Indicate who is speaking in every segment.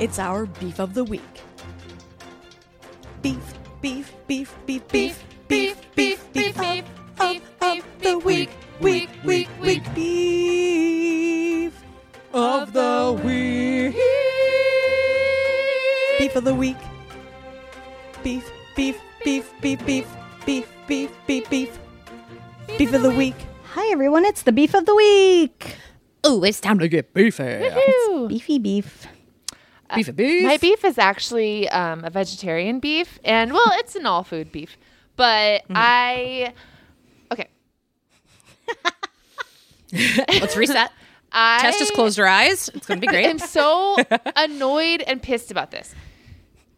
Speaker 1: it's our Beef of the Week. Beef, beef, beef, beef, beef, beef, beef, beef, beef, beef, of the week, week, week, week, beef of the week. Beef of the week. Beef, beef, beef, beef, beef, beef, beef, beef, beef, beef of the week.
Speaker 2: Hi everyone, it's the beef of the week.
Speaker 3: Oh, it's time to get beefy.
Speaker 2: It's beefy beef.
Speaker 3: Beefy beef.
Speaker 4: My beef is actually um, a vegetarian beef, and well, it's an all food beef. But
Speaker 5: Hmm.
Speaker 4: I, okay,
Speaker 3: Let's reset.
Speaker 4: I
Speaker 3: Tess just closed her eyes. It's going to be
Speaker 4: am
Speaker 3: great.
Speaker 4: so annoyed and pissed about this.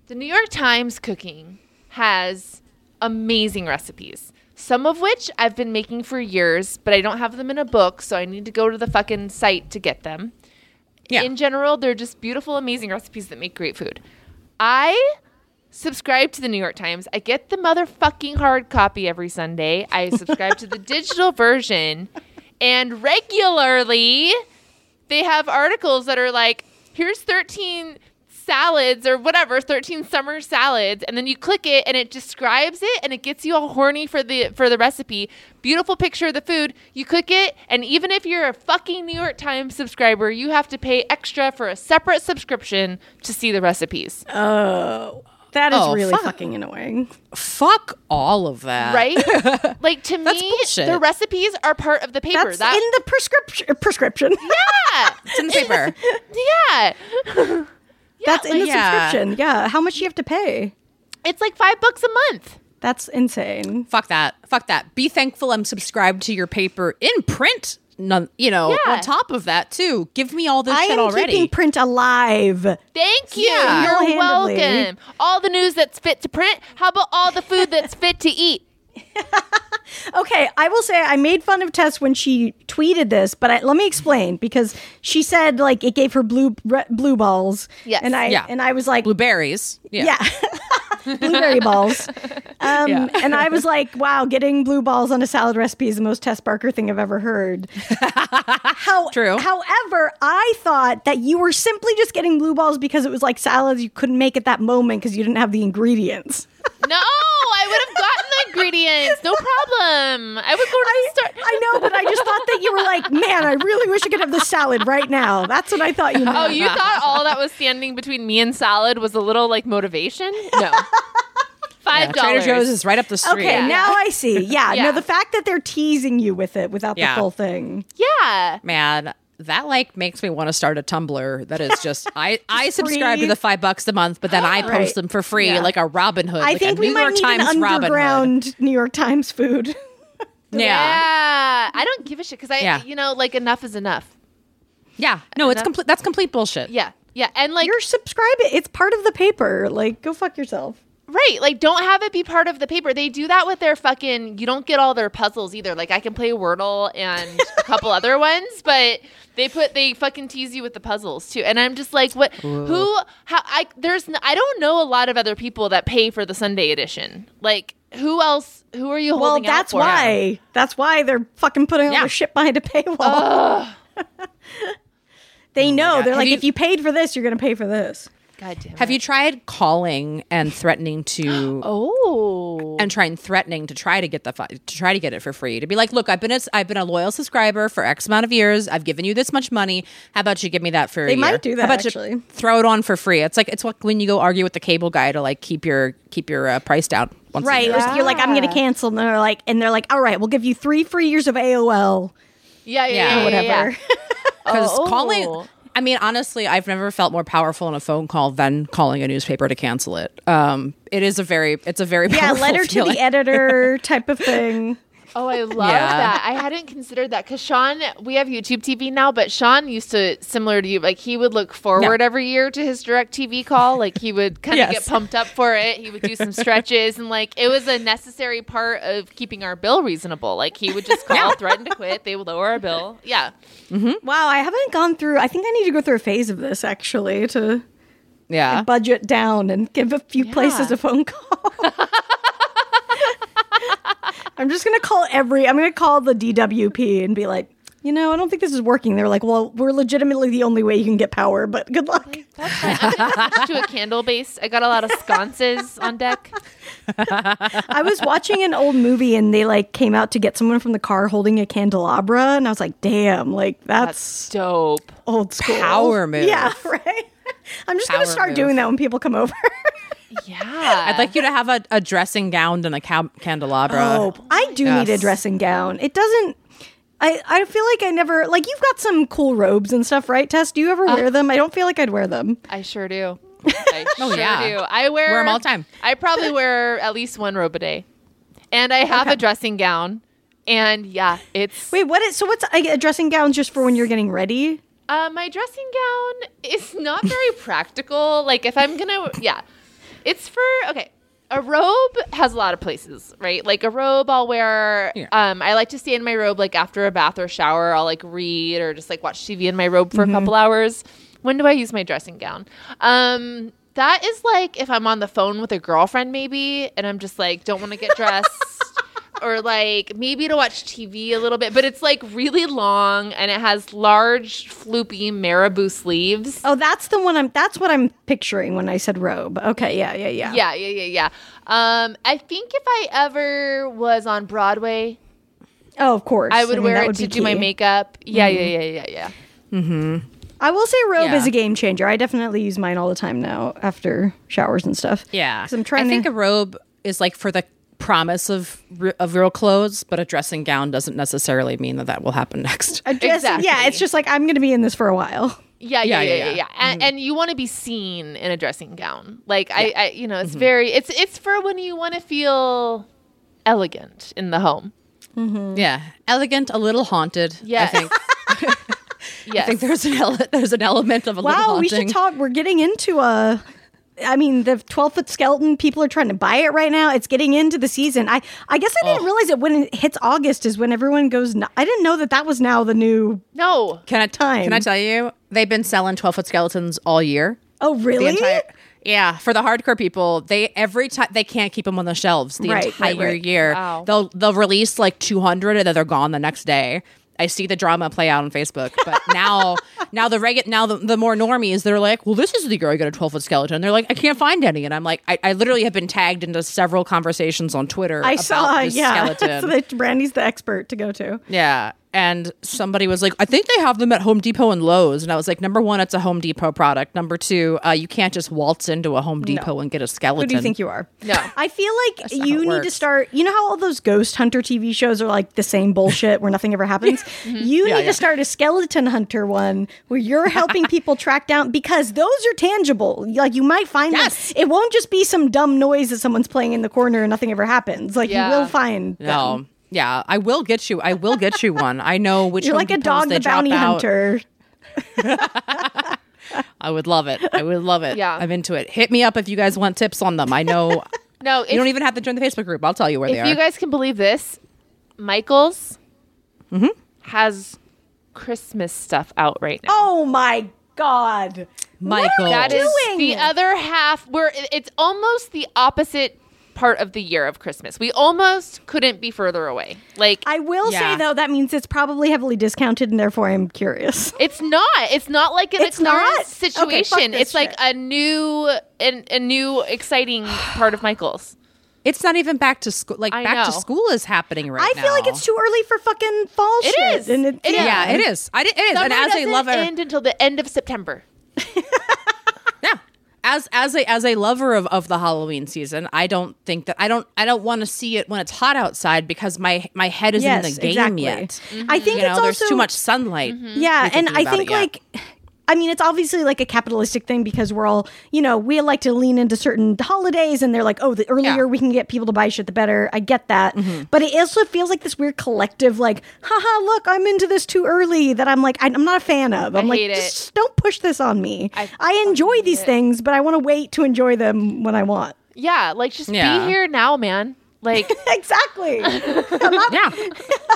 Speaker 4: The New York Times cooking has amazing recipes. Some of which I've been making for years, but I don't have them in a book, so I need to go to the fucking site to get them.
Speaker 3: Yeah.
Speaker 4: in general, they're just beautiful, amazing recipes that make great food. I subscribe to the New York Times. I get the motherfucking hard copy every Sunday. I subscribe to the digital version, and regularly they have articles that are like, here's 13 salads or whatever 13 summer salads and then you click it and it describes it and it gets you all horny for the for the recipe beautiful picture of the food you click it and even if you're a fucking new york times subscriber you have to pay extra for a separate subscription to see the recipes
Speaker 2: That is
Speaker 3: Oh,
Speaker 2: really
Speaker 3: fuck.
Speaker 2: fucking annoying.
Speaker 3: Fuck all of that.
Speaker 4: right like to
Speaker 3: That's
Speaker 4: me
Speaker 3: bullshit.
Speaker 4: the recipes are part of the paper
Speaker 2: That's in the prescription. uh, Prescription.
Speaker 4: yeah
Speaker 3: It's in the paper.
Speaker 4: yeah
Speaker 2: That's in the
Speaker 3: yeah.
Speaker 2: subscription. Yeah. How much do you have to pay?
Speaker 4: it's like five bucks a month
Speaker 2: That's insane.
Speaker 3: Fuck that. Fuck that. Be thankful I'm subscribed to your paper in print. None, you know,
Speaker 4: Yeah.
Speaker 3: on top of that, too. Give me all this
Speaker 2: I am
Speaker 3: shit already.
Speaker 2: keeping print alive.
Speaker 4: Thank you.
Speaker 3: Yeah.
Speaker 4: You're
Speaker 2: Single-handedly.
Speaker 4: welcome. All the news that's fit to print. How about all the food that's fit to eat?
Speaker 2: Okay, I will say I made fun of Tess when she tweeted this, but I, let me explain because she said like it gave her blue re, blue balls.
Speaker 4: Yes.
Speaker 2: And I
Speaker 3: Yeah.
Speaker 2: and I was like
Speaker 3: Blueberries.
Speaker 2: yeah. blueberry balls. Um, And I was like, wow, getting blue balls on a salad recipe is the most Tess Barker thing I've ever heard. How,
Speaker 3: True.
Speaker 2: However, I thought that you were simply just getting blue balls because it was like salads you couldn't make at that moment because you didn't have the ingredients.
Speaker 4: No, I would have gotten the ingredients. No problem. I would go to
Speaker 2: I,
Speaker 4: the store.
Speaker 2: I know, but I just thought that you were like, man, I really wish I could have the salad right now. That's what I thought you meant.
Speaker 4: Oh, you thought all that was standing between me and salad was a little like motivation? No. Five
Speaker 3: Trader
Speaker 4: dollars.
Speaker 3: Joe's is right up the street.
Speaker 2: Okay, now I see. Yeah,
Speaker 4: Yeah.
Speaker 2: no, the fact that they're teasing you with it without
Speaker 3: Yeah.
Speaker 2: the full thing.
Speaker 4: yeah.
Speaker 3: man that like makes me want to start a tumblr that is just i i subscribe to the five bucks a month but then i post
Speaker 2: Right.
Speaker 3: them for free like a robin hood
Speaker 2: I
Speaker 3: like
Speaker 2: think
Speaker 3: a
Speaker 2: we
Speaker 3: new
Speaker 2: might
Speaker 3: york
Speaker 2: need
Speaker 3: times
Speaker 2: an
Speaker 3: robin hood
Speaker 2: underground New York Times food.
Speaker 3: yeah.
Speaker 4: I don't give a shit because I,
Speaker 3: Yeah.
Speaker 4: you know, like enough is enough.
Speaker 3: yeah no it's complete that's complete bullshit
Speaker 4: Yeah. Yeah. And like,
Speaker 2: You're subscribing. It's part of the paper. Like, go fuck yourself.
Speaker 4: Right. Like, don't have it be part of the paper. They do that with their fucking, you don't get all their puzzles either. Like, I can play Wordle and a couple other ones, but they put, they fucking tease you with the puzzles too. And I'm just like, what, who, how, I, there's, n- I don't know a lot of other people that pay for the Sunday edition. Like, who else, who are you
Speaker 2: Well,
Speaker 4: holding out
Speaker 2: that's
Speaker 4: for?
Speaker 2: why. That's why they're fucking putting all
Speaker 3: Yeah.
Speaker 2: their shit behind a paywall. they know. They're
Speaker 3: Oh Have
Speaker 2: like,
Speaker 3: you-
Speaker 2: if you paid for this, you're going to pay for this.
Speaker 4: God damn
Speaker 3: have you tried calling and threatening to
Speaker 4: Oh.
Speaker 3: and trying threatening to try to get the fi- to try to get it for free to be like look i've been a, i've been a loyal subscriber for x amount of years i've given you this much money how about you give me that for
Speaker 2: They
Speaker 3: a year?
Speaker 2: might do
Speaker 3: How
Speaker 2: that,
Speaker 3: about you
Speaker 2: actually.
Speaker 3: throw it on for free it's like it's like when you go argue with the cable guy to like keep your keep your uh, price down once a
Speaker 2: Right.
Speaker 3: year.
Speaker 2: Or so You're like, I'm going to cancel. And they're like, and they're like, all right, we'll give you three free years of AOL.
Speaker 4: Yeah. Yeah. Yeah.
Speaker 3: Yeah.
Speaker 4: yeah, yeah,
Speaker 2: Whatever.
Speaker 4: yeah.
Speaker 3: because
Speaker 4: Oh.
Speaker 3: calling I mean, honestly, I've never felt more powerful in a phone call than calling a newspaper to cancel it. Um, it is a very, it's a very
Speaker 2: Yeah,
Speaker 3: powerful
Speaker 2: letter to
Speaker 3: feeling.
Speaker 2: the editor type of thing.
Speaker 4: Oh, I love
Speaker 3: Yeah.
Speaker 4: that. I hadn't considered that because Sean, we have YouTube TV now, but Sean used to, similar to you, like he would look forward every year to his direct TV call. Like he would kind of
Speaker 3: Yes.
Speaker 4: get pumped up for it. He would do some stretches and like it was a necessary part of keeping our bill reasonable. Like he would just call, threaten to quit. They would lower our bill. Yeah.
Speaker 2: Wow, I haven't gone through. I think I need to go through a phase of this actually to
Speaker 3: yeah.
Speaker 2: budget down and give a few places a phone call. I'm just gonna call every. I'm gonna call the DWP and be like, you know, I don't think this is working. They're like, well, we're legitimately the only way you can get power, but good luck.
Speaker 4: That's fine. I'm gonna switch to a candle base. I got a lot of sconces on deck.
Speaker 2: I was watching an old movie and they like came out to get someone from the car holding a candelabra, and I was like, damn, like that's,
Speaker 4: Dope.
Speaker 2: old school
Speaker 3: Power move.
Speaker 2: Yeah, right. I'm just gonna
Speaker 3: Power
Speaker 2: start
Speaker 3: move.
Speaker 2: doing that when people come over.
Speaker 4: Yeah.
Speaker 3: I'd like you to have a, a dressing gown and a ca- candelabra.
Speaker 2: Oh, I do need a
Speaker 3: Yes.
Speaker 2: dressing gown. It doesn't. I, I feel like I never like you've got some cool robes and stuff, right? Tess, do you ever
Speaker 4: Uh,
Speaker 2: wear them? I don't feel like I'd wear them.
Speaker 4: I sure do. I sure
Speaker 3: Oh, yeah.
Speaker 4: do. I wear,
Speaker 3: Wear 'em all the time.
Speaker 4: I probably wear at least one robe a day, and I have a dressing gown. And yeah, it's
Speaker 2: Wait, what is so? What's I get a dressing gown just for when you're getting ready?
Speaker 4: uh, my dressing gown is not very practical. Like if I'm gonna, yeah, it's for okay. A robe has a lot of places, right? Like a robe, I'll wear.
Speaker 3: Yeah.
Speaker 4: Um, I like to stay in my robe, like after a bath or shower. I'll like read or just like watch TV in my robe for a couple hours. When do I use my dressing gown? Um, that is like if I'm on the phone with a girlfriend, maybe, and I'm just like don't want to get dressed. or like maybe to watch TV a little bit, but it's like really long and it has large floopy marabou sleeves.
Speaker 2: Oh, that's the one I'm. That's what I'm picturing when I said robe. Okay, yeah, yeah, yeah.
Speaker 4: Yeah, yeah, yeah, yeah. Um, I think if I ever was on Broadway,
Speaker 2: Oh, of course.
Speaker 4: I would Mm-hmm.
Speaker 2: mean,
Speaker 4: wear
Speaker 2: that
Speaker 4: it
Speaker 2: would
Speaker 4: to
Speaker 2: be
Speaker 4: do my
Speaker 2: key.
Speaker 4: makeup. Yeah, yeah, yeah, yeah, yeah.
Speaker 2: I will say robe
Speaker 3: Yeah.
Speaker 2: is a game changer. I definitely use mine all the time now after showers and stuff.
Speaker 3: Yeah,
Speaker 2: 'Cause I'm trying
Speaker 3: I think
Speaker 2: to-
Speaker 3: a robe is like for the promise of re- of real clothes, but a dressing gown doesn't necessarily mean that that will happen next.
Speaker 2: A dress- Yeah,
Speaker 4: Exactly.
Speaker 2: it's just like I'm going to be in this for a while.
Speaker 4: Yeah, yeah, yeah, Mm-hmm. yeah, yeah.
Speaker 3: yeah.
Speaker 4: And, and you want to be seen in a dressing gown. Like I, I you know, it's very it's it's for when you want to feel elegant in the home.
Speaker 3: Yeah, elegant, a little haunted.
Speaker 4: Yes.
Speaker 3: I think,
Speaker 4: Yes.
Speaker 3: I think there's an ele- there's an element of a little
Speaker 2: Wow, we
Speaker 3: haunting.
Speaker 2: should talk. We're getting into a. I mean, the twelve foot skeleton. People are trying to buy it right now. It's getting into the season. I I guess I
Speaker 3: Oh.
Speaker 2: didn't realize it when it hits August is when everyone goes. nu- I didn't know that that was now the new.
Speaker 4: no.
Speaker 3: Can I
Speaker 2: Time.
Speaker 3: Can I tell you? They've been selling twelve foot skeletons all year.
Speaker 2: Oh really?
Speaker 3: The entire yeah, for the hardcore people, they every time they can't keep them on the shelves the
Speaker 2: Right,
Speaker 3: entire
Speaker 2: right, right.
Speaker 3: year.
Speaker 4: Wow.
Speaker 3: They'll they'll release like two hundred and then they're gone the next day. I see the drama play out on Facebook, but now now the regu- now the, the more normies they're like, well, this is the year I got a twelve foot skeleton. They're like, I can't find any, and I'm like, I, I literally have been tagged into several conversations on Twitter.
Speaker 2: I
Speaker 3: about
Speaker 2: saw.
Speaker 3: this
Speaker 2: Yeah,
Speaker 3: skeleton.
Speaker 2: so that Brandy's the expert to go to.
Speaker 3: Yeah. And somebody was like, I think they have them at Home Depot and Lowe's. And I was like, number one, it's a Home Depot product. Number two, uh, you can't just waltz into a Home Depot and get a skeleton.
Speaker 2: Who do you think you are?
Speaker 4: No.
Speaker 2: I feel like
Speaker 3: not how
Speaker 2: you
Speaker 3: it
Speaker 2: need to
Speaker 3: works.
Speaker 2: start. You know how all those ghost hunter TV shows are like the same bullshit where nothing ever happens? You
Speaker 3: Yeah,
Speaker 2: need
Speaker 3: yeah.
Speaker 2: to start a skeleton hunter one where you're helping people track down because those are tangible. Like you might find
Speaker 3: Yes.
Speaker 2: them. It won't just be some dumb noise that someone's playing in the corner and nothing ever happens. Like
Speaker 4: Yeah.
Speaker 2: you will find them.
Speaker 3: No. Yeah, I will get you. I will get you one. I know which.
Speaker 2: You're
Speaker 3: Home
Speaker 2: like a
Speaker 3: Depots
Speaker 2: dog
Speaker 3: they
Speaker 2: the
Speaker 3: drop
Speaker 2: bounty
Speaker 3: out.
Speaker 2: hunter.
Speaker 3: I would love it. I would love it.
Speaker 4: Yeah.
Speaker 3: I'm into it. Hit me up if you guys want tips on them. I know.
Speaker 4: No,
Speaker 3: you
Speaker 4: if-
Speaker 3: don't even have to join the Facebook group. I'll tell you where they
Speaker 4: if
Speaker 3: are.
Speaker 4: you guys can believe this, Michaels Mm-hmm. has Christmas stuff out right now.
Speaker 2: Oh my God.
Speaker 3: Michael,
Speaker 4: that is
Speaker 2: doing?
Speaker 4: the other half. Where it- it's almost the opposite part of the year of Christmas. We almost couldn't be further away. Like
Speaker 2: I will
Speaker 3: Yeah.
Speaker 2: say though, that means it's probably heavily discounted and therefore I'm curious.
Speaker 4: it's not. It's not like an
Speaker 2: It's
Speaker 4: Eclair's
Speaker 2: not? Okay,
Speaker 4: situation.
Speaker 2: fuck this
Speaker 4: it's like
Speaker 2: shit.
Speaker 4: a new an, a new exciting part of Michaels.
Speaker 3: It's not even back to school. Like
Speaker 4: I
Speaker 3: back to
Speaker 4: know.
Speaker 3: school is happening right
Speaker 2: I
Speaker 3: now.
Speaker 2: feel like it's too early for fucking fall
Speaker 4: It
Speaker 2: shit.
Speaker 4: is.
Speaker 2: And
Speaker 4: It is.
Speaker 3: Yeah, it is. I, it is.
Speaker 4: Summer
Speaker 3: and as a
Speaker 4: doesn't
Speaker 3: lover,
Speaker 4: end until the end of September.
Speaker 3: Yeah. As as a as a lover of, of the Halloween season, I don't think that I don't I don't want to see it when it's hot outside because my my head isn't
Speaker 2: Yes,
Speaker 3: in the game
Speaker 2: exactly. Mm-hmm.
Speaker 3: yet.
Speaker 2: I think
Speaker 3: You know,
Speaker 2: it's
Speaker 3: there's
Speaker 2: also Mm-hmm.
Speaker 3: too much sunlight.
Speaker 2: Yeah,
Speaker 3: thinking
Speaker 2: and I
Speaker 3: about it
Speaker 2: think
Speaker 3: yet.
Speaker 2: like I mean, it's obviously like a capitalistic thing because we're all, you know, we like to lean into certain holidays and they're like, oh, the earlier
Speaker 3: Yeah.
Speaker 2: we can get people to buy shit, the better. I get that.
Speaker 3: Mm-hmm.
Speaker 2: But it also feels like this weird collective, like, haha, look, I'm into this too early that I'm like, I- I'm not a fan of. I'm like,
Speaker 4: hate it.
Speaker 2: just don't push this on me. I,
Speaker 4: I
Speaker 2: enjoy these things, but I want to wait to enjoy them when I want.
Speaker 4: Yeah, like just
Speaker 3: Yeah.
Speaker 4: be here now, man. Like
Speaker 2: Exactly.
Speaker 3: Yeah.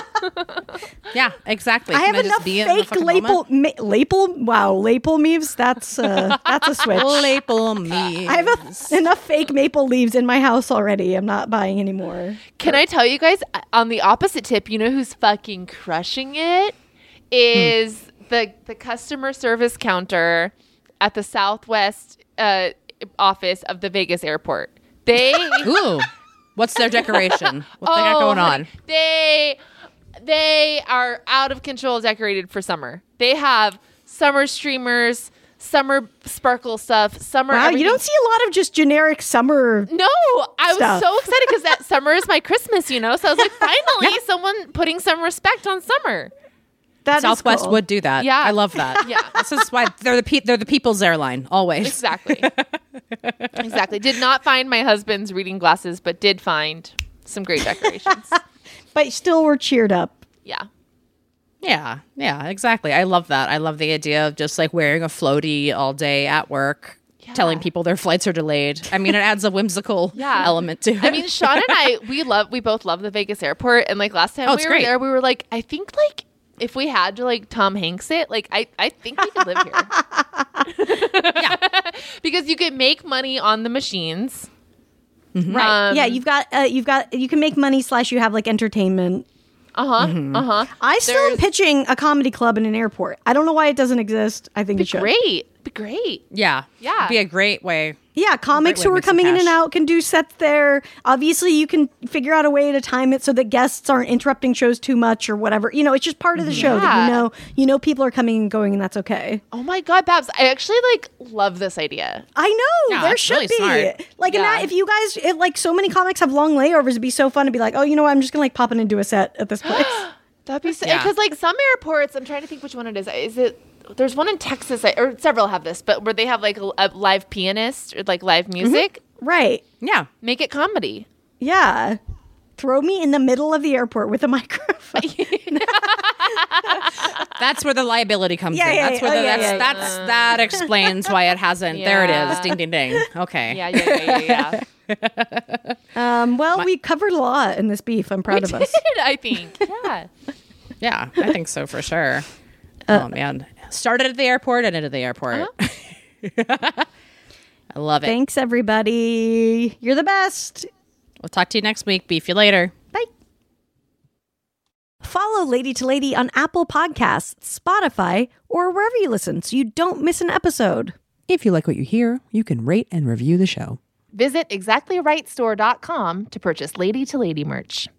Speaker 3: yeah, exactly.
Speaker 2: I
Speaker 3: Can
Speaker 2: have
Speaker 3: just
Speaker 2: enough
Speaker 3: be in the
Speaker 2: fake
Speaker 3: fucking
Speaker 2: label,
Speaker 3: moment?
Speaker 2: ma- label. Wow, label leaves. That's uh, that's a switch.
Speaker 3: Label me.
Speaker 2: I have a, enough fake maple leaves in my house already. I'm not buying any more.
Speaker 4: Can I tell you guys uh, on the opposite tip, you know who's fucking crushing it is the the customer service counter at the Southwest uh, office of the Vegas airport. They
Speaker 3: Ooh. What's their decoration? What they got
Speaker 4: Oh,
Speaker 3: going
Speaker 4: honey,
Speaker 3: on?
Speaker 4: They they are out of control decorated for summer. They have summer streamers, summer sparkle stuff, summer
Speaker 2: Wow, you
Speaker 4: everything.
Speaker 2: don't see a lot of just generic summer.
Speaker 4: No, I
Speaker 2: stuff.
Speaker 4: was so excited because that summer is my Christmas, you know. So I was like, finally, someone putting some respect on summer.
Speaker 2: That is
Speaker 3: Southwest
Speaker 2: cool.
Speaker 3: would do that.
Speaker 4: Yeah.
Speaker 3: I love that.
Speaker 4: Yeah.
Speaker 3: This is why they're the pe- they're the people's airline always.
Speaker 4: Exactly. exactly. Did not find my husband's reading glasses, but did find some great decorations.
Speaker 2: but still we're cheered up.
Speaker 4: yeah.
Speaker 3: Yeah, yeah, exactly. I love that. I love the idea of just like wearing a floaty all day at work, telling people their flights are delayed. I mean, it adds a whimsical
Speaker 4: Yeah.
Speaker 3: element to it.
Speaker 4: I mean, Sean and I, we love, we both love the Vegas airport. And like last time
Speaker 3: Oh,
Speaker 4: we
Speaker 3: it's
Speaker 4: were
Speaker 3: great.
Speaker 4: there, we were like, I think like if we had to like Tom Hanks it, like I, I think we could live here. yeah. because you could make money on the machines.
Speaker 2: Right.
Speaker 3: Mm-hmm.
Speaker 4: Um,
Speaker 2: yeah, you've got uh, you've got you can make money slash you have like entertainment. Mm-hmm.
Speaker 4: Uh huh.
Speaker 3: Uh-huh,
Speaker 4: Uh huh.
Speaker 2: I still am pitching a comedy club in an airport. I don't know why it doesn't exist. I think
Speaker 4: Be
Speaker 2: it should.
Speaker 4: great. Be great.
Speaker 3: yeah,
Speaker 4: Yeah.
Speaker 3: It'd be a great way.
Speaker 2: Yeah, comics
Speaker 3: way
Speaker 2: who
Speaker 3: to
Speaker 2: are
Speaker 3: make some
Speaker 2: coming in and
Speaker 3: cash.
Speaker 2: out can do sets there. Obviously, you can figure out a way to time it so that guests aren't interrupting shows too much or whatever. You know, it's just part of the show that you
Speaker 4: Yeah.
Speaker 2: know you know people are coming and going, and that's okay.
Speaker 4: Oh my God, Babs. I actually like love this idea.
Speaker 2: I know
Speaker 3: Yeah,
Speaker 2: there
Speaker 3: that's
Speaker 2: should
Speaker 3: really
Speaker 2: be
Speaker 3: smart.
Speaker 2: like
Speaker 4: Yeah.
Speaker 2: ima- if you guys if, like so many comics have long layovers. It'd be so fun to be like, oh, you know, what? I'm just gonna like pop in and do a set at this place.
Speaker 4: That'd be because
Speaker 3: Yeah.
Speaker 4: like some airports, I'm trying to think which one it is. Is it there's one in Texas I- or several have this, but where they have like a, a live pianist or like live
Speaker 3: Mm-hmm.
Speaker 4: music,
Speaker 2: right?
Speaker 3: Yeah,
Speaker 4: make it comedy.
Speaker 2: Yeah. Throw me in the middle of the airport with a microphone.
Speaker 3: that's where the liability comes
Speaker 2: Yeah,
Speaker 3: in.
Speaker 2: yeah,
Speaker 3: that's where
Speaker 2: yeah.
Speaker 3: the,
Speaker 2: Oh, yeah,
Speaker 3: that's
Speaker 2: yeah,
Speaker 3: that's that explains why it hasn't. There it
Speaker 4: Yeah.
Speaker 3: is. Ding, ding, ding. Okay.
Speaker 4: Yeah, yeah, yeah, yeah. yeah.
Speaker 2: Um, well, we covered a lot in this beef. I'm proud of us.
Speaker 4: I think. Yeah.
Speaker 3: Yeah, I think so for sure.
Speaker 4: Uh,
Speaker 3: oh man, started at the airport, ended at the airport.
Speaker 4: Uh-huh.
Speaker 3: I love it.
Speaker 2: Thanks, everybody. You're the best.
Speaker 3: we'll talk to you next week. Beef you later.
Speaker 2: Bye. Follow Lady to Lady on Apple Podcasts, Spotify, or wherever you listen so you don't miss an episode.
Speaker 1: If you like what you hear, you can rate and review the show.
Speaker 4: Visit exactlyrightstore.com to purchase Lady to Lady merch.